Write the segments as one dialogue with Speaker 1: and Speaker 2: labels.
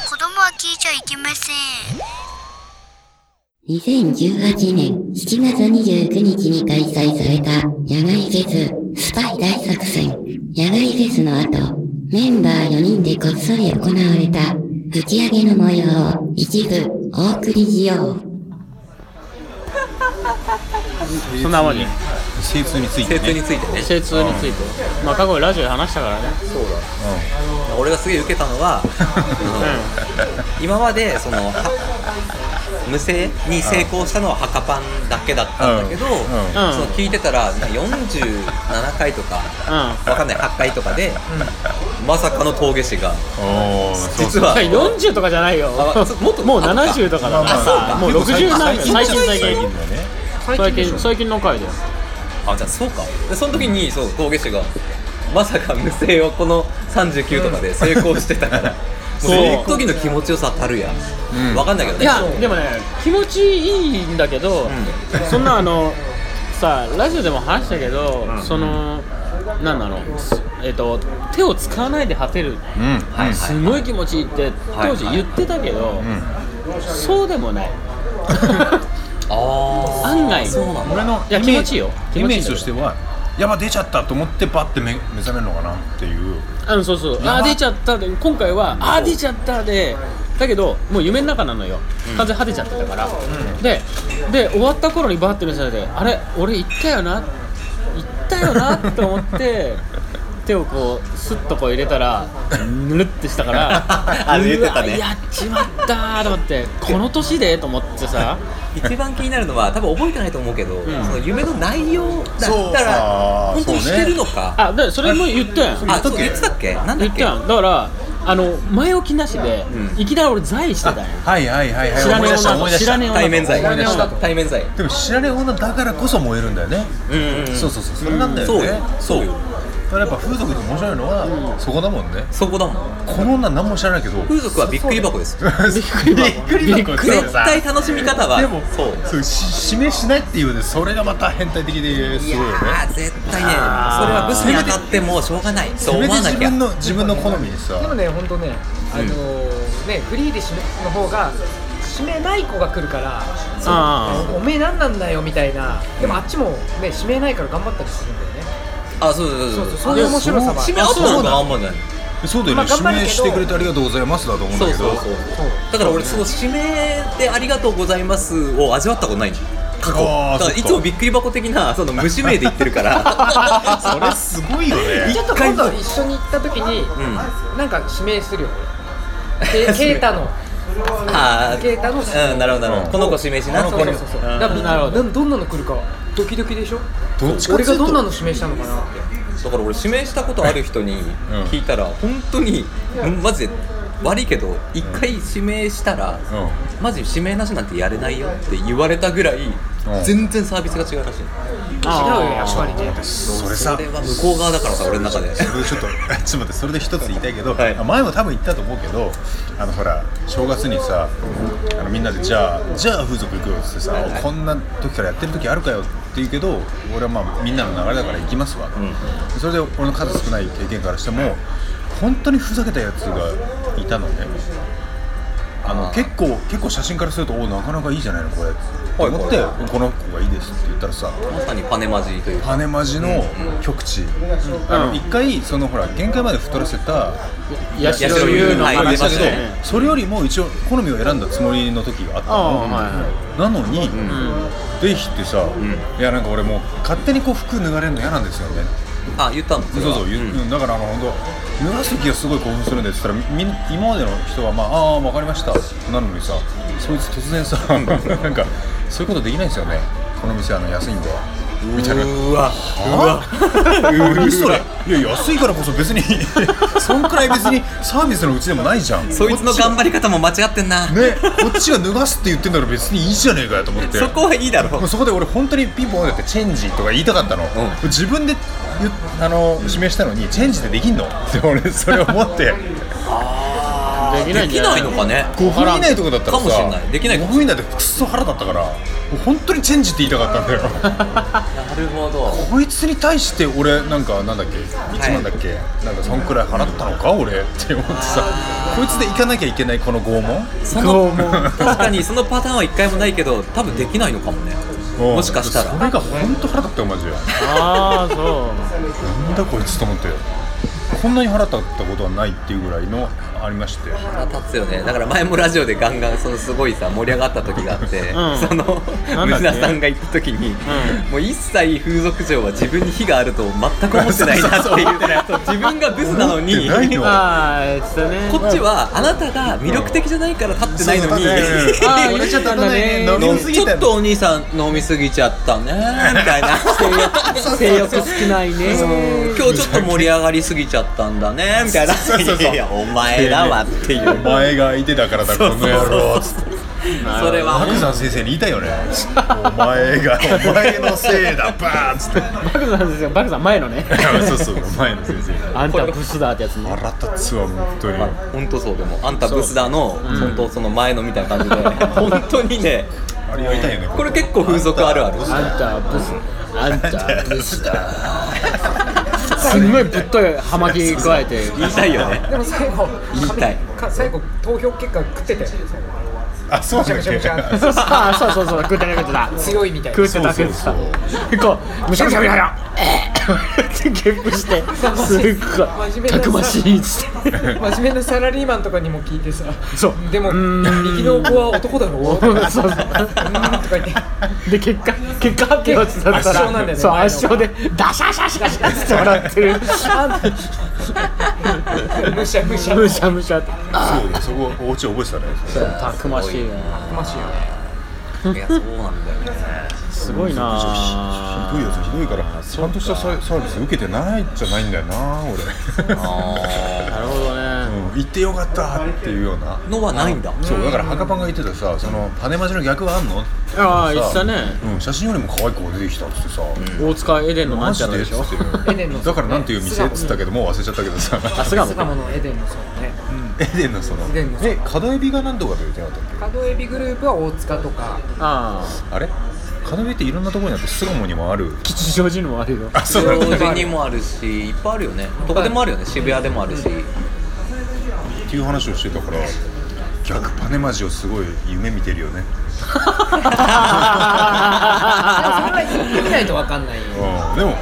Speaker 1: じゃいけません。
Speaker 2: 2018年7月29日に開催された野外フェススパイ大作戦野外フェスの後、メンバー4人でこっそり行われた吹き上げの模様を一部お送りしよう。
Speaker 3: そんなもんね
Speaker 4: 精通について
Speaker 5: 精通に
Speaker 4: ね
Speaker 5: ついてね
Speaker 3: J2 についてまあ過去にラジオで話したからね
Speaker 5: そうだ、俺がすげえ受けたのはあの今までそのは無声に成功したのは墓パンだけだったんだけど、
Speaker 4: うんうん
Speaker 5: その聞いてたらなんか47回とか
Speaker 3: うん
Speaker 5: わかんない8回とかで、まさかの峠師が
Speaker 4: おおそう
Speaker 5: 実は
Speaker 3: うん40とかじゃないよ
Speaker 5: あそもっと
Speaker 3: もう
Speaker 5: あとか
Speaker 3: 70とかだから
Speaker 5: そうか
Speaker 3: さもう60なんだよ最近最
Speaker 4: 最近
Speaker 3: 近
Speaker 4: だね
Speaker 3: 最近最近の回だよ
Speaker 5: あじゃあそうかでその時にそう峠師がまさか無声をこの39とかで成功してたから、もう
Speaker 3: そう
Speaker 5: その時の気持ちよさたるや、
Speaker 4: うん
Speaker 5: わかんないけど
Speaker 3: い
Speaker 5: ね
Speaker 3: やでもね気持ちいいんだけど、そんなあのさラジオでも話したけど、そのなんだろうえっ、と手を使わないで果てる
Speaker 4: うん
Speaker 5: はい
Speaker 3: すごい気持ちいいって当時言ってたけど、そうでもない
Speaker 5: ああ
Speaker 3: 案外
Speaker 5: そうなんだ
Speaker 4: 俺の
Speaker 3: いや
Speaker 4: イメ
Speaker 3: 気
Speaker 4: ー
Speaker 3: 持ちい
Speaker 4: ジ
Speaker 3: いよ気
Speaker 4: イ
Speaker 3: 持ちいいんだけど
Speaker 4: メージとしてはやば出ちゃったと思ってバッて目目覚めるのかなっていう
Speaker 3: あのそうそう
Speaker 4: やば
Speaker 3: あー出ちゃったで今回はあー出ちゃったでだけどもう夢の中なのよ完全に果てちゃってたから、でで終わった頃にバーって目覚めてあれ俺行ったよな行ったよなって思って 手をこうスッとこう入れたらぬるってしたから
Speaker 5: あ言ってたね
Speaker 3: うわやっちまったーと思ってこの年でと思ってさ
Speaker 5: 一番気になるのは多分覚えてないと思うけど、
Speaker 3: ん
Speaker 5: その夢の内容だ
Speaker 4: そう
Speaker 5: ったら
Speaker 4: あー
Speaker 5: 本当にしてるのか
Speaker 3: あでそれも言ったやん
Speaker 5: あそう言ってたっけなんだ
Speaker 3: 言っ
Speaker 5: ったけ
Speaker 3: やんだからあの前置きなしで、
Speaker 5: うん
Speaker 3: いきなり俺在しただよ
Speaker 4: はいはいはいはい
Speaker 3: 知らねえ
Speaker 4: 思い出した
Speaker 3: 女
Speaker 4: 思い出した
Speaker 3: 知らねえ
Speaker 5: 対面罪
Speaker 3: 思い出した
Speaker 5: 対面罪
Speaker 4: でも知られ女だからこそ燃えるんだよね、
Speaker 5: うん
Speaker 4: そうそうそうそれなんだよ
Speaker 5: そう
Speaker 4: ね
Speaker 5: よそうよ
Speaker 4: だからやっぱ風俗で面白いのはそこだもんね
Speaker 5: そこだもん
Speaker 4: この女何も知らないけど
Speaker 5: 風俗はびっくり箱です
Speaker 3: びっくり箱
Speaker 4: びっくり箱
Speaker 5: 絶対楽しみ方は
Speaker 4: でも
Speaker 5: そう
Speaker 4: そうし指名しないっていうねそれがまた変態的です
Speaker 5: い
Speaker 4: ごいよ
Speaker 5: や
Speaker 4: ね
Speaker 5: ー絶対ねそれはブスに当たってもしょうがないそ
Speaker 4: そうれ
Speaker 5: 思
Speaker 4: で
Speaker 5: わな
Speaker 4: 自
Speaker 5: きゃ
Speaker 4: 分の自分の好みに
Speaker 6: でも
Speaker 4: さ
Speaker 6: ね、本当ね、あのーね、フリーで締めの方が締めない子が来るから、
Speaker 3: あ
Speaker 6: おめえなんなんだよみたいな、でもあっちもね、締めないから頑張ったりするんだよね。
Speaker 5: あそうそう
Speaker 6: そ
Speaker 5: そうう
Speaker 6: そう、
Speaker 5: そう
Speaker 6: そういう面白さもあ
Speaker 5: 締
Speaker 6: る
Speaker 5: めあったのかあんまない
Speaker 4: そうだよね、
Speaker 6: まあ頑
Speaker 4: 指
Speaker 6: 張るけど
Speaker 4: 名してくれてありがとうございますだと思うんだ
Speaker 5: そう
Speaker 4: けど
Speaker 5: そうそうだから俺その指名でありがとうございますを味わったことないの過去
Speaker 4: あー
Speaker 5: だからい
Speaker 4: そ
Speaker 5: つ
Speaker 4: っ
Speaker 5: も
Speaker 4: か
Speaker 5: びっくり箱的なその無指名で言ってるから
Speaker 4: それすごいよね
Speaker 6: ちょっと今度一緒に行った時に、
Speaker 5: ん
Speaker 6: なんか指名するよ。でケイタの、
Speaker 5: あ
Speaker 6: ケイタの指名
Speaker 5: あうんなるほどなるほどこの子指名しな
Speaker 6: そうそうそうそう。
Speaker 5: うん
Speaker 6: だからみん
Speaker 3: なる
Speaker 6: な
Speaker 3: ほど
Speaker 6: などんなの来るかドキドキでしょ。
Speaker 4: どっちかって
Speaker 6: 俺
Speaker 4: いうと
Speaker 6: がどんなの指名したのかなって。
Speaker 5: だから俺指名したことある人に聞いたら本当にマジで悪いけど一回指名したらマジ指名なしなんてやれないよって言われたぐらい全然サービスが違うらしい
Speaker 3: 違う
Speaker 6: 違うよやっぱりね。
Speaker 4: それさ
Speaker 5: それは向こう側だからさ俺の中で
Speaker 4: それちょっとちょっと待ってそれで一つ言いたいけど、
Speaker 5: はい
Speaker 4: 前も多分言ったと思うけどあのほら正月にさあのみんなでじゃあじゃあ風俗行くよっつってさ、こんな時からやってる時あるかよって言うけど俺はまあみんなの流れだから行きますわ、それで俺の数少ない経験からしても本当にふざけたやつがいたのねあの結構結構写真からするとおなかなかいいじゃないのこれって思って、この子がいいですって言ったらさ
Speaker 5: まさにパネマジというか
Speaker 4: 羽マジの極地、あの一回そのほら限界まで太らせた
Speaker 3: 八
Speaker 5: 代
Speaker 3: 代優の
Speaker 5: はい
Speaker 3: 話
Speaker 4: 話だ
Speaker 3: だ
Speaker 4: け
Speaker 3: け
Speaker 4: ど
Speaker 3: ど、
Speaker 4: それよりも一応好みを選んだつもりの時があった
Speaker 3: ああはい
Speaker 4: の、なのに、デイヒってさ、いやなんか俺もう勝手にこう服脱がれるの嫌なんですよね
Speaker 5: あ言ったの
Speaker 4: そうそう、言ううんだからあの本当脱がす時がすごい興奮するんですって言ったらみん今までの人はまあああ分かりましたなのにさそいつ突然さ なんかそういうことできないんですよねこの店あの安いんでみたいな
Speaker 5: うわ
Speaker 4: 何それいや安いからこそ別に そんくらい別にサービスのうちでもないじゃん
Speaker 5: そいつの頑張り方も間違ってんな
Speaker 4: ねこっちが脱がすって言ってんだから別にいいじゃねえかよと思って
Speaker 5: そこはいいだろ
Speaker 4: もうそこで俺本当にピンポンだってチェンジとか言いたかったの、
Speaker 5: ん
Speaker 4: 自分で言っあの、示したのにチェンジでできんのって俺それ思って
Speaker 3: で
Speaker 5: できないのかね
Speaker 4: 5分以内とかだったらさ
Speaker 5: かもしんないできないか
Speaker 4: 5
Speaker 5: も
Speaker 4: 分以内でクソ腹立ったから本当にチェンジって言いたかったんだよ
Speaker 5: なるほど
Speaker 4: こいつに対して俺なんかなんだっけ1万だっけ、なんかそんくらい払ったのか俺って思ってさこいつで行かなきゃいけないこの拷問
Speaker 5: その確かにそのパターンは一回もないけど多分できないのかもね
Speaker 4: うん
Speaker 5: もしかしたら
Speaker 4: それが本当腹立ったよマジで
Speaker 3: ああそう
Speaker 4: なんだこいつと思ってこんなに腹立ったことはないっていうぐらいのありまして
Speaker 5: 腹立つよねだから前もラジオでガンガンそのすごいさ盛り上がった時があって、
Speaker 3: ん
Speaker 5: その
Speaker 3: なんだっけ
Speaker 5: ムナさんが言った時に、もう一切風俗嬢は自分に非があると全く思ってないなっていうそう自分がブスなのに
Speaker 4: 思ってないの
Speaker 3: ああ言ってたね
Speaker 5: こっちはあなたが魅力的じゃないから立ってないのに、
Speaker 4: そうそう
Speaker 3: ああ言っちゃったんだね
Speaker 4: 飲みす
Speaker 5: ち
Speaker 4: ぎ
Speaker 5: ょ
Speaker 4: た
Speaker 5: っとお兄さん飲みすぎちゃったねみた いな
Speaker 3: 性欲少ないね
Speaker 5: 今日ちょっと盛り上がりすぎちゃったんだ ねみたいな
Speaker 4: そうそうそうそう
Speaker 5: いやお前だわっていう
Speaker 4: お前が相手だからだこの野郎っつって
Speaker 5: それは
Speaker 4: 白山先生に言いたいよねお前がお前のせいだバーンっつって
Speaker 3: バクさんですよバクさん前の ね
Speaker 4: そうそうお前の先生
Speaker 3: あんたブスだってやつね
Speaker 4: 腹立つわ本当に
Speaker 5: まあ、本当そうでもあんたブスだの、本当その前のみたいな感じで 本当にね
Speaker 4: あれやりたいよね
Speaker 5: これ結構風俗あるある
Speaker 3: あんたブスあんたブスだすんごいぶっとい葉巻加えて
Speaker 5: 言いたいよね
Speaker 6: でも最後
Speaker 5: 言いたい
Speaker 6: 紙か最後投票結果食ってたよ
Speaker 4: あそうなんだっけ
Speaker 6: むしゃむしゃむし
Speaker 4: そう
Speaker 3: あそうそうそう食ってな食ってた
Speaker 6: 強いみたいな
Speaker 3: 食ってた食ってたこうむしゃむしゃむしゃむしゃえーって ゲップしてすっごいたくましいっつって
Speaker 6: 真面目なサラリーマンとかにも聞いてさ
Speaker 3: そう
Speaker 6: でも右の子は男だろう
Speaker 3: そ
Speaker 6: ーん
Speaker 3: うそう
Speaker 6: とか言って
Speaker 3: で結果結果発表ってなったら
Speaker 6: 圧勝なんだよね
Speaker 3: そう圧勝でダシャシャシャシャって笑ってる
Speaker 6: むしゃむしゃ
Speaker 3: むしゃむしゃって
Speaker 4: だそこお家覚えてたね
Speaker 3: たくましいな
Speaker 6: ましいよ
Speaker 5: いやそうなんだよね
Speaker 3: すごい
Speaker 4: ひどい
Speaker 3: な
Speaker 4: やつひどいからちゃんとしたササービス受けてないじゃないんだよな俺
Speaker 5: あ
Speaker 3: なるほどね
Speaker 4: うん行ってよかったっていうような
Speaker 5: ーのはないんだ
Speaker 4: そうだからハカパンが言ってたさその羽マジの逆はあんの
Speaker 3: ああ
Speaker 4: さ
Speaker 3: 言ってたね
Speaker 4: うん、写真よりも可愛い子が出てきたっつってさ、
Speaker 3: 大塚エデンのなんちゃらでしょ
Speaker 4: マジって
Speaker 6: エデンの
Speaker 4: だからなんていう店っつったけどもう忘れちゃったけどさ
Speaker 3: あ巣鴨
Speaker 6: 巣鴨のエデンのそうね
Speaker 4: エデンのその
Speaker 6: エデンの
Speaker 4: え角エビが何とかと言ってなかったっ
Speaker 6: カドエビグループは大塚とか
Speaker 3: あ
Speaker 4: けあれ角エビっていろんなところにあって巣鴨にもある
Speaker 3: あ吉祥寺にもあるよ
Speaker 4: あそうなんだ
Speaker 5: 常時にもあるしいっぱいあるよねどこでもあるよね渋谷でもあるし
Speaker 4: っていう話をしてたから逆パネマジをすごい夢見てるよね、
Speaker 6: それは行ってみないとわかんないよ
Speaker 4: うん、でも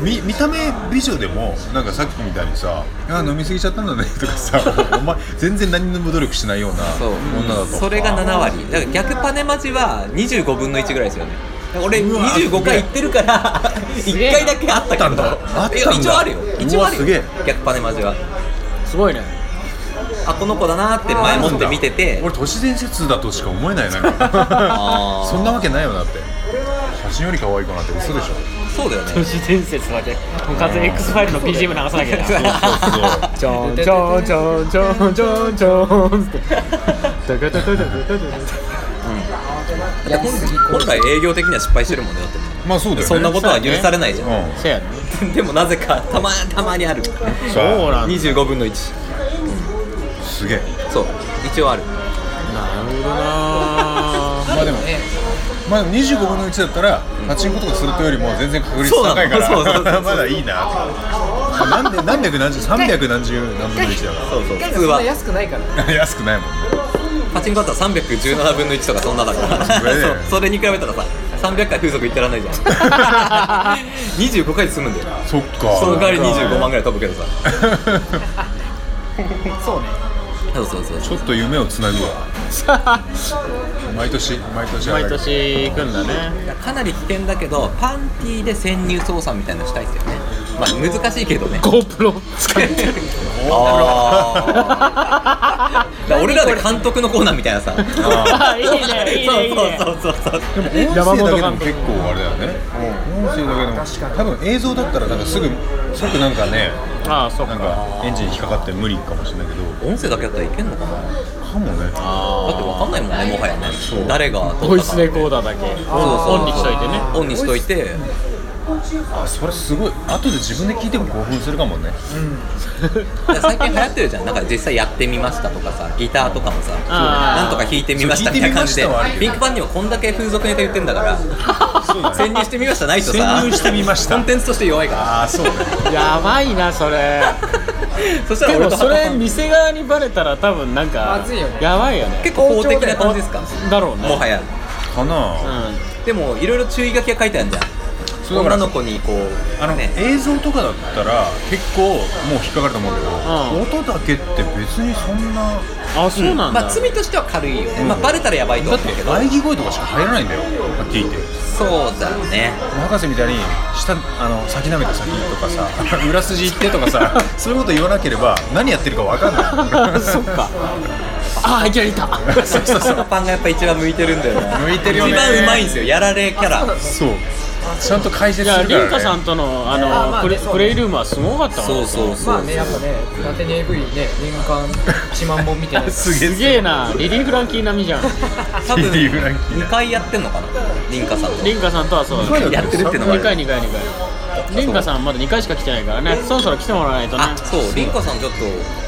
Speaker 4: 見見た目美女でもなんかさっきみたいにさ「あ飲み過ぎちゃったんだね」 とかさお前全然何にも努力しないような
Speaker 5: そう
Speaker 4: 女だと
Speaker 5: それが7割だから逆パネマジは25分の1ぐらいですよねだから俺25回行ってるから1回だけあったけど
Speaker 4: あったんだあったんだ
Speaker 5: いや一応あるよ一応ある
Speaker 4: うわすげ
Speaker 5: よ
Speaker 4: え
Speaker 5: 逆パネマジは
Speaker 3: すごいね
Speaker 5: あこの子だなーって前もって見てて
Speaker 4: 俺都市伝説だとしか思えないなんか
Speaker 5: あー
Speaker 4: そんなわけないよなって写真より可愛い子なんて嘘でしょ
Speaker 5: そうだよね
Speaker 3: 都市伝説だけ完全に X ファイルの BGM 流さなきゃいけない ちょんちょんちょんちょんちょんちょんってダカダカダカダ
Speaker 6: やりすぎ
Speaker 5: 本来営業的には失敗してるもんねだって
Speaker 4: まあそうだよ、ね、
Speaker 5: そんなことは許されないじゃん、
Speaker 4: うん
Speaker 3: せやね
Speaker 5: でもなぜかたまたまにある
Speaker 3: そうなんだ
Speaker 5: 25分の1
Speaker 4: すげえ
Speaker 5: そう一応ある
Speaker 3: なるほどな
Speaker 4: まあでもまあでも25分の1だったらパチンコとかするとよりも全然確率高いか
Speaker 5: そうなのそうそうそうそ
Speaker 4: ら
Speaker 5: う
Speaker 4: まだいいななんで何百何十三百何十何分の1だか
Speaker 5: そうそう
Speaker 6: 一回
Speaker 5: 普
Speaker 6: が
Speaker 5: 通
Speaker 6: そんな
Speaker 5: は
Speaker 6: 安くないからね
Speaker 4: ら安くないもんね
Speaker 5: パチンコだったら317分の1とかそんなだから
Speaker 4: そうですね
Speaker 5: そうそれに比べたらさ300回風俗行ってらんないじゃん25回で済むんだよ
Speaker 4: そっか
Speaker 5: その代わり25万ぐらい飛ぶけどさそうそうそう
Speaker 4: ちょっと夢をつなぐわ 毎年毎年あれ
Speaker 3: 毎年行くんだね
Speaker 5: かなり危険だけどパンティーで潜入捜査みたいなのしたいですよねまあ難しいけどね
Speaker 3: GoPro 使って
Speaker 5: あーだから俺らで監督のコーナーみたいなさ
Speaker 3: あいいねいいねいいね
Speaker 5: そうそうそうそう
Speaker 4: でも音声だけでも結構あれだよね音声だけでも多分映像だったらなんかすぐ即なんかね
Speaker 3: ああそっ
Speaker 4: なん
Speaker 3: か
Speaker 4: かエンジン引っかかって無理かもしれないけど
Speaker 5: 音声だけだったらいけんのかなだ
Speaker 4: かもね
Speaker 5: ってわかんないもんねもはやね誰が撮ったか
Speaker 3: ボイスレコーダーだけ
Speaker 5: そうそうそう
Speaker 3: オンにしといてね
Speaker 5: オンにしといて
Speaker 4: あそれすごい後で自分で聞いても興奮するかもね
Speaker 5: だから最近流行ってるじゃんなんか実際やってみましたとかさギターとかもさ
Speaker 3: あー
Speaker 5: なんとか弾いてみましたみたいな感じで
Speaker 4: そう弾いてみましたはあるけ
Speaker 5: ピ
Speaker 4: ど
Speaker 5: ンクパンにもこんだけ風俗ネタ言ってん だから潜入してみましたないとさ
Speaker 4: 潜入してみました
Speaker 5: コンテンツとして弱いか
Speaker 4: ああそうね
Speaker 3: やばいなそれ
Speaker 5: らそした
Speaker 3: で
Speaker 5: ら俺
Speaker 3: も
Speaker 5: と
Speaker 3: それ
Speaker 5: ハッパ
Speaker 3: 店側にバレたら多分なんか
Speaker 6: まずいよね
Speaker 3: やばいよね
Speaker 5: 結構法的な感じですか
Speaker 3: だろうね
Speaker 5: もはや
Speaker 4: かな
Speaker 3: う
Speaker 4: あ
Speaker 3: ん
Speaker 5: でもいろいろ注意書きが書いてあるじゃん
Speaker 4: そうだから
Speaker 5: 女の子にこう
Speaker 4: あの、
Speaker 5: ね
Speaker 4: 映像とかだったら結構もう引っかかると思うけど、音だけって別にそんな
Speaker 3: あそうなんだ、
Speaker 5: まあ罪としては軽いよね、
Speaker 4: うん
Speaker 5: まあ、バレたらやばいと
Speaker 4: だっ
Speaker 5: 思う
Speaker 4: て
Speaker 5: けど
Speaker 4: 喘ぎ声とかしか入らないんだよはっきり言って
Speaker 5: そうだね
Speaker 4: 博士みたいに下あの先舐めた先とかさ 裏筋行ってとかさそういうこと言わなければ何やってるかわかん な い
Speaker 3: そっかああいきなりいた
Speaker 4: そうそうそう
Speaker 5: パンがやっぱ一番向いてるんだよね
Speaker 4: 向いてるよね
Speaker 5: 一番うまいんですよやられキャラ
Speaker 4: そうちゃんと 解
Speaker 3: い
Speaker 4: 説す
Speaker 3: や
Speaker 4: る
Speaker 3: り
Speaker 4: から、ね、
Speaker 3: んかさんとのあの、
Speaker 6: あーまあ
Speaker 3: プ
Speaker 6: ね
Speaker 3: レ
Speaker 6: そうね
Speaker 3: プレイルームはすごかったもん
Speaker 5: そうそうそう
Speaker 6: まあねやっぱね伊達に AV ね年間1万本み たいな
Speaker 4: すげえ
Speaker 3: すげえなリリー・フランキー並みじゃん
Speaker 5: 多分
Speaker 4: リリーフランキー
Speaker 5: 2回やってんのかなリンカさんと
Speaker 3: リンカさんとはそうだね
Speaker 5: やってるってのがあ
Speaker 3: 2
Speaker 5: る
Speaker 3: 回2回2回リンカさんまだ2回しか来てないからねそろそろ来てもらわないとね
Speaker 5: あそうリンカさんちょっと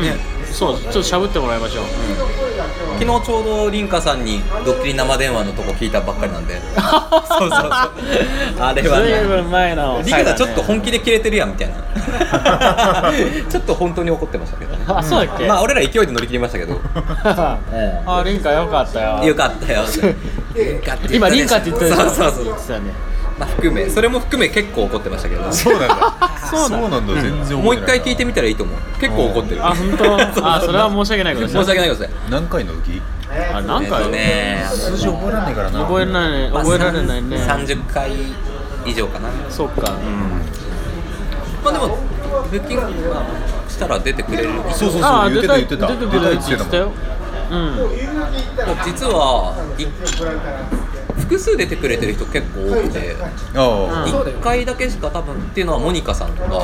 Speaker 5: ね
Speaker 3: うん、そうちょっとしゃぶってもらいまし ょう
Speaker 5: 昨日ちょうどリンカさんにドッキリ生電話のとこ聞いたばっかりなんでそうそうそうあれは
Speaker 3: ずいぶ
Speaker 5: ね
Speaker 3: ん前の
Speaker 5: リンカさんちょっと本気でキレてるやんみたいなちょっと本当に怒ってましたけど
Speaker 3: あそうだっけ、
Speaker 5: まあ俺ら勢いで乗り切りましたけどえ
Speaker 3: あリンカよかったよ
Speaker 5: えよかったよリンカって言ったでしょ
Speaker 3: 今リンカって言ったでしょ
Speaker 5: そうそうそう
Speaker 3: そうだね
Speaker 5: まあ含めそれも含め結構怒ってましたけど
Speaker 4: そうなんだ
Speaker 3: そうなんだ
Speaker 4: なんだ全然覚えてないな
Speaker 5: もう一回聞いてみたらいいと思う結構怒ってる
Speaker 3: あ 本当あそれは申し訳ないことし
Speaker 5: 申した訳ないことですね
Speaker 4: 何回の浮き
Speaker 3: あなん
Speaker 5: えっ
Speaker 3: か、
Speaker 5: とね
Speaker 4: 数字覚えられないからな
Speaker 3: 覚えられない
Speaker 5: まあ
Speaker 3: 覚えられないね
Speaker 5: 30回以上かな
Speaker 3: そっか、
Speaker 5: まあでもブッキングしたら出てくれる
Speaker 4: そうそうそう
Speaker 3: ああ
Speaker 4: 言っ
Speaker 3: 出
Speaker 4: て
Speaker 3: た
Speaker 4: た
Speaker 3: 出
Speaker 4: 言ってて
Speaker 3: く
Speaker 4: た
Speaker 3: るって
Speaker 4: 出
Speaker 3: 言
Speaker 4: た
Speaker 3: ってたようん
Speaker 5: 実はい複数出てくれてる人結構多くて
Speaker 4: あ
Speaker 3: うん
Speaker 5: 1回だけしか多分っていうのはモニカさんとか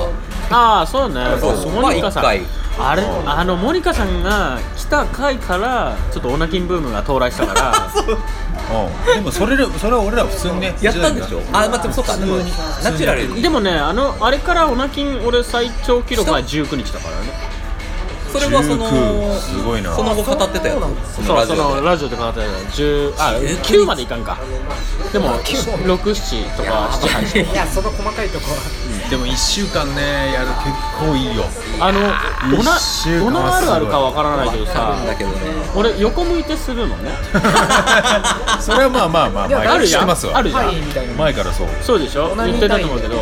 Speaker 3: ああそうね
Speaker 5: そうそう
Speaker 3: モニカさん
Speaker 5: まあ一回
Speaker 3: あれあのモニカさんが来た回からちょっとオナキンブームが到来した から
Speaker 4: あ、うん、でもそれでそれは俺ら普通にね
Speaker 5: やったんでしょあまあでもそうかでも
Speaker 4: 普通に
Speaker 5: ナチュラルに
Speaker 3: でもねあのあれからオナキン俺最長記録は19日だからね
Speaker 5: それはその
Speaker 4: 19すごいな
Speaker 5: その後語ってたよその
Speaker 3: そう
Speaker 5: ラジ
Speaker 3: そ
Speaker 5: オ
Speaker 3: のラジオで語ってたよ10あ9までいかんかでも67とか78
Speaker 6: いやその細かいとこは
Speaker 4: でも1週間ねやる結構いいよ
Speaker 3: あのオナ
Speaker 4: 一週間
Speaker 3: オナあるあるかわからないけど
Speaker 5: あ
Speaker 3: さ
Speaker 5: るんだけどね
Speaker 3: 俺横向いてするのね
Speaker 4: それはまあまあまあ前
Speaker 3: あ
Speaker 4: から
Speaker 3: るじ
Speaker 4: 知っ
Speaker 3: ゃ
Speaker 4: て
Speaker 3: ん
Speaker 4: ますわ
Speaker 3: あるじゃん
Speaker 6: いみたいな
Speaker 4: 前からそう
Speaker 3: そうでしょ言ってたと思うけど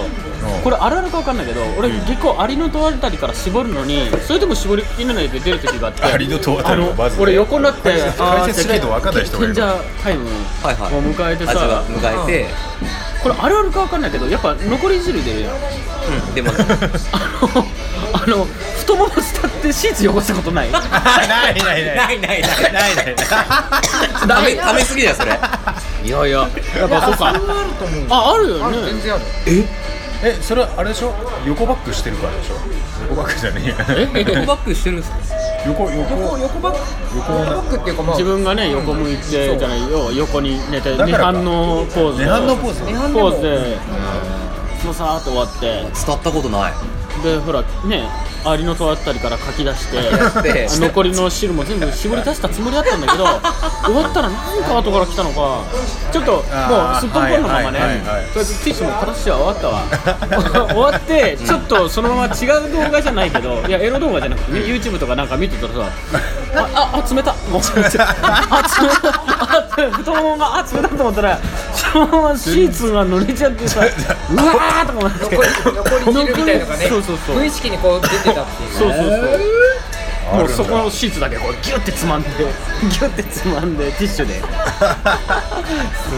Speaker 3: これあるあるかわかんないけど俺結構アリのとあたりから絞るのにそれでも絞りきれないで出る時があって
Speaker 4: アリの塔あたり
Speaker 3: あ
Speaker 4: のマジで
Speaker 3: 俺横になって
Speaker 4: 解説
Speaker 3: あー
Speaker 4: 解説しないとわかんない人がいる
Speaker 3: 賢者タイムを
Speaker 5: はいはい
Speaker 3: 迎えて
Speaker 5: 味
Speaker 3: さ
Speaker 5: は迎えて
Speaker 3: これあるあるかわかんないけどやっぱ残り汁出るやん
Speaker 5: うんでも
Speaker 3: あのあの太もも伝ってシーツ汚したこと ない
Speaker 4: ないないない
Speaker 5: ないないないな
Speaker 4: な
Speaker 5: い
Speaker 4: いない
Speaker 5: ダメ食べすぎだよそれ
Speaker 3: いやいややっぱそうか
Speaker 6: あると思う
Speaker 3: ああるよ
Speaker 6: ある全
Speaker 3: ね
Speaker 6: 然ある
Speaker 4: えそれはあれでしょ横バックしてるからでしょ横バックじゃねえや
Speaker 5: 横バックしてるんですか
Speaker 4: 横
Speaker 6: 横
Speaker 4: 横
Speaker 6: 横バック横バックっていうかまあ
Speaker 3: 自分がね横向いてじゃないよ横に寝て
Speaker 4: だから
Speaker 3: 涅
Speaker 4: か
Speaker 3: 槃のポーズ
Speaker 4: 涅槃のポーズ
Speaker 6: 涅槃
Speaker 3: ポーズ
Speaker 6: でも
Speaker 3: でもうさーっと終わって
Speaker 5: 伝わったことない
Speaker 3: でほらねアリのとあたりから書き出して
Speaker 5: で
Speaker 3: あ残りの汁も全部絞り出したつもりだったんだけど 終わったらなんか後から来たのかちょっともう
Speaker 4: あー
Speaker 3: すっぽんぽんのままね
Speaker 4: はいはいはいはい
Speaker 3: とりあえずティッシュも形は終わった わ終わってちょっとそのまま違う動画じゃないけどいやエロ動画じゃなくてね YouTube とかなんか見てたら さあああ冷た もうあ冷たあ太ももがあ冷たと思ったらそのままシーツが濡 れちゃってさうわーとか思って
Speaker 6: 残り残り汁みたいのがね
Speaker 3: そうそうそう
Speaker 6: 無意識にこう出てたっていう
Speaker 3: そうそうそう。もうそこ
Speaker 4: あ
Speaker 3: のシーツだけこうギュってつまんで、ギュってつまんでティッシュで。
Speaker 5: す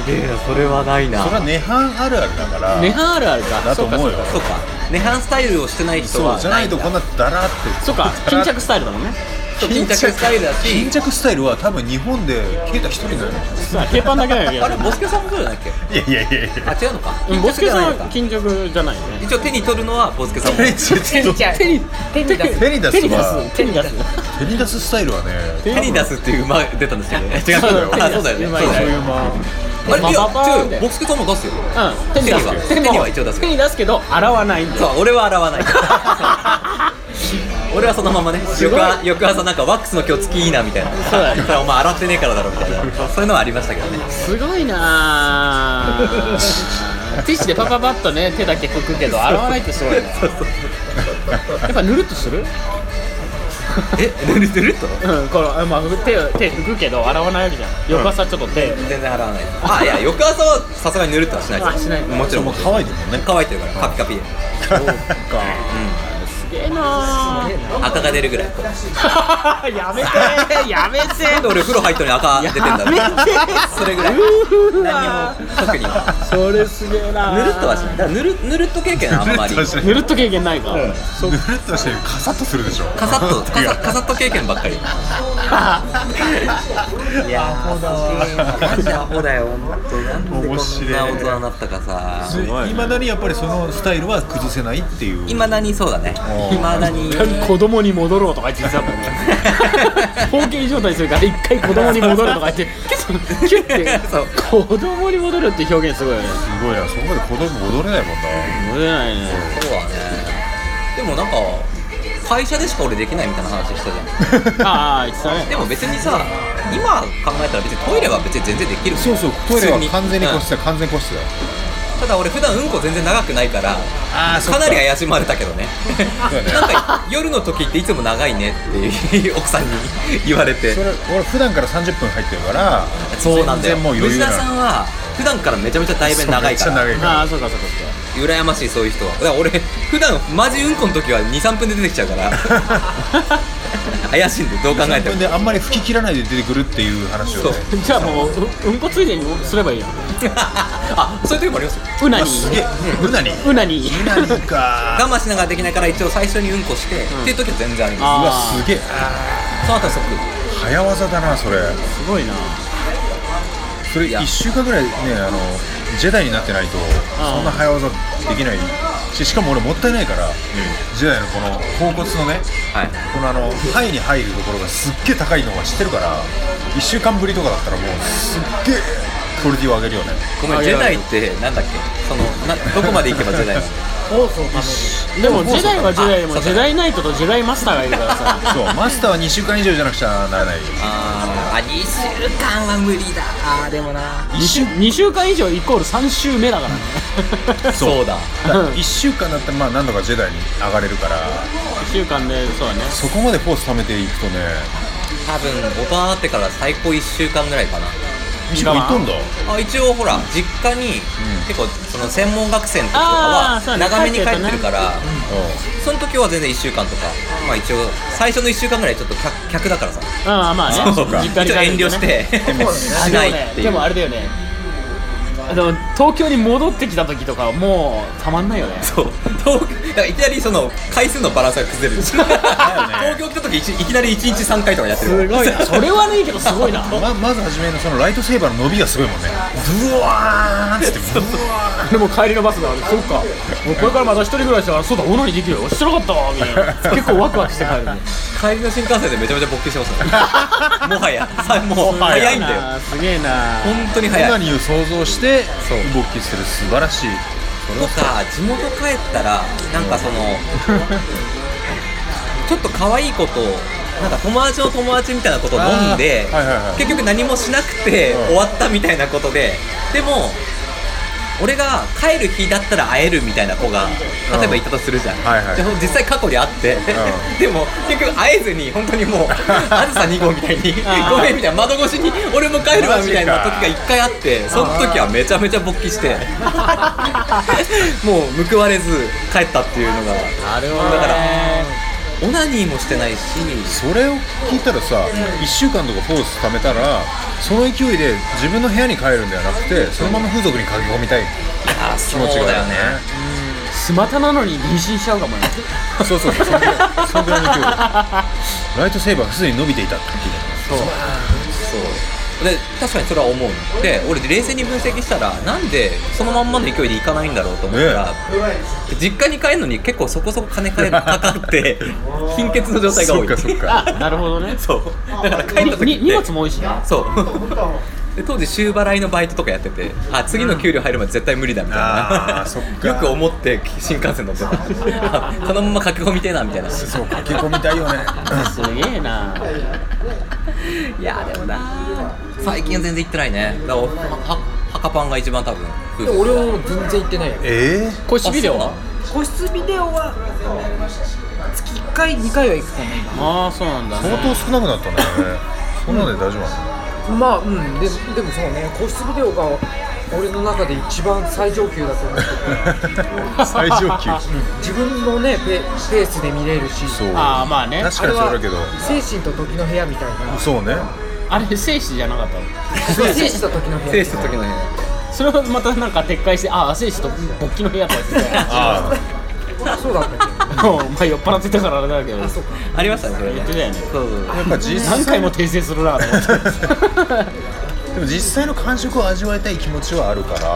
Speaker 5: げえそれはないな
Speaker 4: それは涅槃あるあるだから
Speaker 3: ネハールあるか。
Speaker 4: だと思うよ
Speaker 5: そうか涅槃スタイルをしてない人
Speaker 4: そう
Speaker 5: は
Speaker 4: じゃないとこんなダラーって
Speaker 3: そうか。
Speaker 4: ダラ
Speaker 3: 巾
Speaker 4: ー
Speaker 3: 着スタイルだもんね。
Speaker 5: そう巾着スタイルだし
Speaker 4: 巾着スタイルは多分日本でケイタ一人だよね
Speaker 3: さあ、ケーパンだけだけ
Speaker 5: あれ
Speaker 3: ど。
Speaker 5: ボスケさんもそうじゃないっけ
Speaker 4: いやいやいやいや
Speaker 5: あ違うのか
Speaker 3: うんボスケさんは
Speaker 5: 巾着じゃないのか
Speaker 3: 巾着じゃないよね。
Speaker 5: 一応手に取るのはボスケさん も
Speaker 6: 手に手に手に出す
Speaker 4: 手に出
Speaker 3: 手に
Speaker 4: す
Speaker 3: 出
Speaker 4: わ
Speaker 3: す。手に出す。
Speaker 4: 手に出すスタイルはね
Speaker 5: 手に出すっていう馬が出たんですけどね違う
Speaker 3: そうだよ
Speaker 5: あそうだよね
Speaker 3: 今
Speaker 5: そうだ
Speaker 4: そう
Speaker 5: よ
Speaker 4: い
Speaker 5: ね
Speaker 4: うま
Speaker 5: あれいや
Speaker 3: パパパーン
Speaker 5: 違
Speaker 3: っ
Speaker 5: う
Speaker 3: て
Speaker 5: よボスケさんも出すよ
Speaker 3: うん、手に出すよ
Speaker 5: 手には手には一応出すけ
Speaker 3: 手に
Speaker 5: ど
Speaker 3: 出すけど洗わないんだ
Speaker 5: そ
Speaker 3: よ
Speaker 5: う俺は洗わない 俺はそのままね
Speaker 3: すごい
Speaker 5: 翌朝翌朝なんかワックスの今日つきいいなみたいな
Speaker 3: そうだね
Speaker 5: それお前洗ってねえからだろみたいなそういうのはありましたけどね
Speaker 3: すごいなあティッシュでパパパッとね手だけ拭くけど洗わないってすごいなやっぱぬるっとする
Speaker 5: えぬるぬるっと
Speaker 3: うんこの、まあ、手手拭くけど洗わないわけじゃん翌朝ちょっと手、
Speaker 5: 全然洗わないあいや翌朝はさすがにぬるっとはしないです
Speaker 3: あしない
Speaker 5: もちろん
Speaker 4: も
Speaker 5: も
Speaker 4: う
Speaker 5: ちろん
Speaker 4: 乾いてるもんね
Speaker 5: 乾いてるからカピカピで
Speaker 4: そうか
Speaker 3: すげえなあ
Speaker 5: 赤が出るぐらい
Speaker 3: やめてやめて
Speaker 5: なんで俺風呂入ったのに赤出てんだろうそれぐらい何にも特にぬ
Speaker 3: それすげえな
Speaker 5: るっとはしないだからぬるぬるっと経験はあんまり
Speaker 4: ぬるっとは
Speaker 5: カ
Speaker 4: し
Speaker 5: サ
Speaker 4: な い
Speaker 3: ぬるっと経験ないか、
Speaker 4: ぬるっとしてカサッとするでしょ
Speaker 5: ッとカサカサッと経験ばっかりいやーマジアホだよ本当なんでこんな
Speaker 4: 面
Speaker 5: 大人
Speaker 4: 白い
Speaker 5: になったかさ
Speaker 4: いまだにやっぱりそのスタイルは崩せないっていう
Speaker 5: いまだにそうだね
Speaker 4: おー
Speaker 5: いまだ に
Speaker 3: 子供に戻ろうとか言ってたもん ね包茎状態するから一回子供に戻るとか言ってキュッて
Speaker 5: そう
Speaker 3: 子供に戻るって表現すごいよね
Speaker 4: すごいなそこまで子供踊れないもんな
Speaker 3: 戻れないね
Speaker 5: そうだねでもなんか会社でしか俺できないみたいな話したじゃ
Speaker 3: ああ言ってた
Speaker 5: ん
Speaker 3: ね
Speaker 5: でも別にさ今考えたら別にトイレは別に全然できるもん
Speaker 4: そうそうトイレは完全に個
Speaker 5: 普
Speaker 4: 室だよ完全個室だよ
Speaker 5: ただ俺普段うんこ全然長くないから
Speaker 4: あーそっ
Speaker 5: か
Speaker 4: か
Speaker 5: なり怪しまれたけどね
Speaker 4: そうだね
Speaker 5: なんか夜の時っていつも長いねっていう奥さんに言わ れて
Speaker 4: それ俺普段から30分入ってるから
Speaker 5: そうなんだよ
Speaker 4: 全然もう余裕
Speaker 5: 吉
Speaker 4: な
Speaker 5: 田さんは普段からめちゃめちゃ大便長いから
Speaker 4: めっちゃ長いから
Speaker 3: ああそうかそうかそ
Speaker 5: 羨ましいそういう人はだから俺普段マジうんこの時は23分で出てきちゃうから怪しいんでどう考えて
Speaker 4: 30分
Speaker 5: も
Speaker 4: であんまり吹き切らないで出てくるっていう話をね
Speaker 5: そう
Speaker 3: かじゃあもうううんこついでにすればいいやん
Speaker 5: あそういう時もありますよ
Speaker 3: うな
Speaker 4: あ
Speaker 3: に
Speaker 4: すげえうなに
Speaker 3: うなに
Speaker 4: うなに か
Speaker 5: 我慢しながらできないから一応最初にうんこして、っていう時は全然あり
Speaker 4: う
Speaker 5: ま
Speaker 4: わ
Speaker 3: あー
Speaker 4: すげえ
Speaker 5: すその後は即
Speaker 4: 早技だなそれ
Speaker 3: すごいな
Speaker 4: それ
Speaker 5: いや
Speaker 4: 1週間ぐらいねあのジェダイになってないとそんな早技できないししかも俺もったいないから、ジェダイのこの甲骨のね
Speaker 5: はい
Speaker 4: このあの肺に入るところがすっげえ高いのは知ってるから1週間ぶりとかだったらもうすっげえクオリティを上げる よね
Speaker 5: ごめん
Speaker 3: あ
Speaker 5: ジェダイ
Speaker 3: い
Speaker 5: ってなんだっけそのなどこまで行けばジェダイなの
Speaker 3: でもジェダイはジェダイでも
Speaker 5: あそう
Speaker 3: ジ
Speaker 5: か
Speaker 3: ェダイナイトとジェダイマスターがいるからさ
Speaker 4: そうマスターは2週間以上じゃなくちゃならない
Speaker 5: あーあ2週間は無理だあーでもな
Speaker 4: 1週
Speaker 3: 2週間以上イコール3週目だからね
Speaker 5: そうだ
Speaker 4: 1週間だったらまあ何度かジェダイに上がれるから
Speaker 3: 1週間でそうだね
Speaker 4: そこまでフォース貯めていくとね
Speaker 5: 多分大人になってから最高1週間ぐらいかな
Speaker 4: 2週間いっとんだ
Speaker 5: あ一応ほら実家に、結構その専門学生の時とか
Speaker 3: あーそ
Speaker 5: は
Speaker 3: うだね
Speaker 5: 長めに帰ってるから
Speaker 4: う
Speaker 5: その時は全然1週間とかまあ一応最初の1週間ぐらいちょっと客客だからさ
Speaker 3: ああまあね
Speaker 5: そうか
Speaker 3: 実家に
Speaker 5: 一応
Speaker 3: 帰る
Speaker 5: 遠
Speaker 3: んだよ
Speaker 5: 慮
Speaker 3: ね
Speaker 5: して
Speaker 3: あ
Speaker 5: し
Speaker 3: で
Speaker 5: ない
Speaker 3: もね
Speaker 5: ってい
Speaker 3: で
Speaker 5: う
Speaker 3: もあれだよねあの東京に戻ってきた時とかはもうたまんないよね
Speaker 5: そう東だからいきなりその回数のバランスが崩れる東京来た時いちいきなり1日3回とかやってるから
Speaker 3: なそれはねえけどすご いな
Speaker 4: んままず初めのそのライトセーバーの伸びがすごいもんねブワーンっつってブワ
Speaker 3: でも帰りのバスがあるそうかもうこれからまた一人暮らしだからそうだオナニーできるよ知らなかったわみたいな 結構ワクワクして帰るね
Speaker 5: 帰りの新幹線でめちゃめちゃ勃起してますねもはやさもう
Speaker 4: もはや
Speaker 5: 早いんだよ
Speaker 3: すげえな
Speaker 5: 本当に
Speaker 4: ーオ
Speaker 5: 早
Speaker 4: ナ
Speaker 5: い
Speaker 4: ニーを想像して
Speaker 5: そう
Speaker 4: 勃起する素晴らしい
Speaker 5: とか地元帰ったらなんかそのちょっと可愛いことをなんか友達の友達みたいなことを飲んで、
Speaker 4: あーはいはいはい
Speaker 5: 結局何もしなくて
Speaker 4: うん
Speaker 5: 終わったみたいなことで、でも俺が帰る日だったら会えるみたいな子が例えばいたとするじゃん、
Speaker 4: はいはい
Speaker 5: でも実際過去に会って、
Speaker 4: ん
Speaker 5: でも結局会えずに本当にもうあずさ2号みたいに
Speaker 3: あー
Speaker 5: ごめんみたいな窓越しに俺も帰るわみたいな時が1回あってその時はめちゃめちゃ勃起して。もう報われず帰ったっていうのがあれはだからオナニーもしてないし
Speaker 4: それを聞いたらさ、1週間とかフォース貯めたらその勢いで自分の部屋に帰るんではなくてそのまま風俗に駆け込みたい
Speaker 5: あ
Speaker 4: 気
Speaker 5: そ
Speaker 4: 持ちがある
Speaker 3: スマタなのに妊娠しちゃうかもね
Speaker 4: そう そうそうそんぐらいそんぐらいの勢いライトセーバーがすでに伸びていたって聞い
Speaker 5: そうで確かにそれは思うので俺冷勢に分析したらなんでそのまんまの勢いで行かないんだろうと思ったら、実家に帰るのに結構そこそこ金かかって 貧血の状態
Speaker 4: た
Speaker 5: が
Speaker 4: そ
Speaker 5: 多
Speaker 4: っ
Speaker 5: い
Speaker 4: かそっか
Speaker 3: あなるほどね
Speaker 5: そうだから帰った時
Speaker 3: に
Speaker 5: って
Speaker 3: に荷物も多いしな
Speaker 5: そうで当時週払いのバイトとかやっててあ次の給料入るまで絶対無理だみたい
Speaker 4: あーそっ
Speaker 5: な、
Speaker 4: か
Speaker 5: よく思って新幹線 乗ってたあこのまま駆け込みてえなみたいな
Speaker 4: そう駆け込みたい よね
Speaker 3: すげえない
Speaker 5: やでもな最近は全然行ってないねだからはは墓パンが一番多分夫婦
Speaker 6: 俺はもう全然行ってないよ
Speaker 4: え
Speaker 3: これシビデオは
Speaker 6: 個室ビデオは月1回2回は行くかね
Speaker 3: ああそうなんだ
Speaker 4: ー、相当少なくなったんだよねそんなので大丈夫なの
Speaker 6: まあうんででもそうね個室ビデオが俺の中で一番最上級だと思ってる
Speaker 4: 最上 級
Speaker 6: 自分のねペペースで見れるし
Speaker 4: そう
Speaker 3: ああまあね
Speaker 4: 確かにそうだけど
Speaker 6: 精神と時の部屋みたい な
Speaker 4: そうね
Speaker 3: あれ生死じゃなかったの
Speaker 6: 精神と時の部
Speaker 5: 制
Speaker 6: 屋
Speaker 5: した時のね
Speaker 3: それをまたなんか撤回してああ生死と勃起の部屋とか言って たよ
Speaker 4: あ
Speaker 6: そうだったっけ
Speaker 3: もうまあ酔っ払ってたからあれだけど
Speaker 6: そうか
Speaker 5: ありましたねそれね
Speaker 3: 言ってたよね
Speaker 5: そうそう
Speaker 4: あやっぱ実際
Speaker 3: 何回も訂正するなと思って
Speaker 4: でも実際の感触を味わいたい気持ちはあるから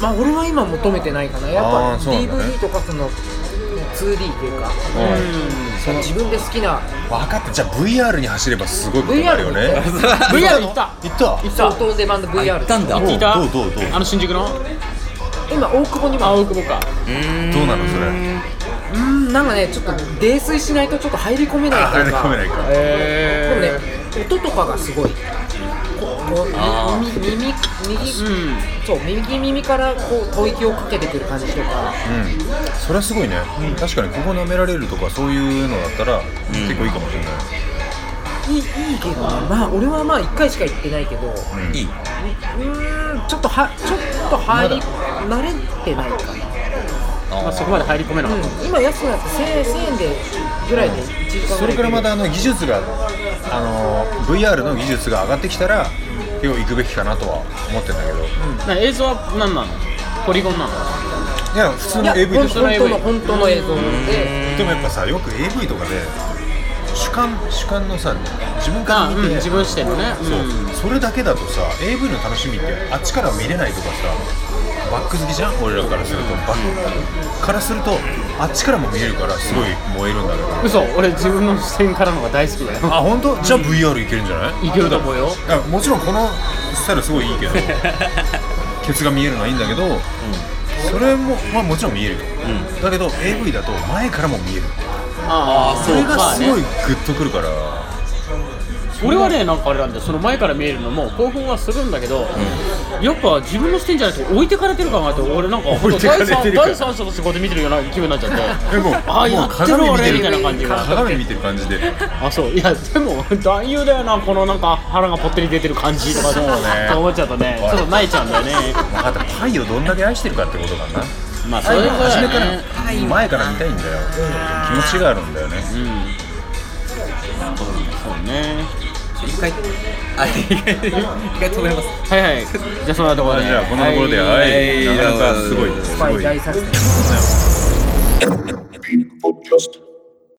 Speaker 6: まあ俺は今求めてないかなやっぱ
Speaker 4: あーそうなんだね
Speaker 6: DVD とかその 2D っていうかその自分で好きな
Speaker 4: 分かったじゃあ VR に走ればすごいことになるよね
Speaker 3: VR 行った
Speaker 4: 行った
Speaker 6: 相当デマンド
Speaker 5: あ
Speaker 6: VR
Speaker 5: 行ったんだ
Speaker 4: どう
Speaker 3: 聞いた
Speaker 4: どうどうどう
Speaker 3: あの新宿の
Speaker 6: 今大久保にも
Speaker 3: あ大久保か
Speaker 4: どうなのそれ
Speaker 6: うんなんかねちょっと泥酔しないとちょっと入り込めない
Speaker 4: あ
Speaker 6: と
Speaker 4: 入
Speaker 6: い
Speaker 4: り
Speaker 6: うか
Speaker 4: 込めないか
Speaker 6: でもね
Speaker 3: へ
Speaker 6: 音とかがすごいここう
Speaker 5: あ
Speaker 6: 耳耳右そう右耳からこう吐息をかけてくる感じとか
Speaker 4: うんそれはすごいね確かにここ舐められるとかそういうのだったら結構いいかもしれない
Speaker 6: いいいいけどねまあ俺はまあ1回しか行ってないけどう
Speaker 5: いい
Speaker 6: ーんちょっとはちょっと入り慣れてないかな
Speaker 5: あー
Speaker 3: まあそこまで入り込めなかっ
Speaker 6: うん今安くなって1000円1000円でぐらいで1時間
Speaker 4: そ
Speaker 6: ぐら
Speaker 4: れ
Speaker 6: い
Speaker 4: からまたあの技術があの VR の技術が上がってきたらよう行くべきかなとは思ってんだけど
Speaker 3: たな映像は何なのポリゴンなの
Speaker 4: いや普通
Speaker 6: い
Speaker 4: の
Speaker 6: や
Speaker 4: AV と
Speaker 6: 本
Speaker 4: し
Speaker 6: 当
Speaker 4: て
Speaker 3: の AV
Speaker 6: の本当の映像なので
Speaker 4: でもやっぱさよく AV とかで主観主観のさ自分から
Speaker 3: あ
Speaker 4: 見
Speaker 3: うん
Speaker 4: て、
Speaker 3: 自分視点のねうん
Speaker 4: そうそれだけだとさ AV の楽しみってあっちからは見れないとかさバック好きじゃん俺らからするとバックからするとあっちからも見れるからすごい燃えるんだけど
Speaker 3: 嘘俺自分の視点からのが大好きだよ
Speaker 4: あ本当じゃあ VR いけるんじゃない
Speaker 3: いけると思うよ
Speaker 4: あもちろんこのスタイルすごいい いけどケツが見えるのはいいんだけど、それも、まあ、もちろん見えるよ、だけど AV だと前からも見える
Speaker 3: ああ
Speaker 4: それが
Speaker 3: まあ
Speaker 4: す
Speaker 3: ね
Speaker 4: ごいグッとくるから、
Speaker 3: 俺はねなんかあれなんだよその前から見えるのも興奮はするんだけど、やっぱ自分の視点じゃなくて置いてかれてる感があって俺なんか
Speaker 4: 置いてかれてる
Speaker 3: 第三第三者としてこうやって見てるような気分になっちゃって
Speaker 4: でも
Speaker 3: ああ
Speaker 4: も
Speaker 3: や
Speaker 4: う
Speaker 3: ってる
Speaker 4: 鏡見て
Speaker 3: 俺
Speaker 4: る
Speaker 3: みたいな感じが
Speaker 4: 鏡見てる感じで
Speaker 3: あそういやでも男優だよなこのなんか腹がぽってり出てる感じとか
Speaker 4: そうね
Speaker 3: と思っちゃうとねちょっと泣いちゃうんだよね
Speaker 4: まあ、あとパイをどんだけ愛してるかってことかな
Speaker 3: まあそういうこと
Speaker 4: 初
Speaker 3: だ
Speaker 4: め
Speaker 3: よ
Speaker 4: から
Speaker 3: ね
Speaker 4: 前から見たいんだよ気持ちがあるんだよね
Speaker 3: うんそうね
Speaker 5: 一回あ一回一回止めます
Speaker 3: はいはいじゃあそんなところ
Speaker 4: あ
Speaker 3: で
Speaker 4: じゃあこのところで
Speaker 3: は
Speaker 4: はいいなかなかすごい
Speaker 6: スパ
Speaker 4: すご
Speaker 6: イ
Speaker 4: い
Speaker 6: 大作戦
Speaker 1: podcast.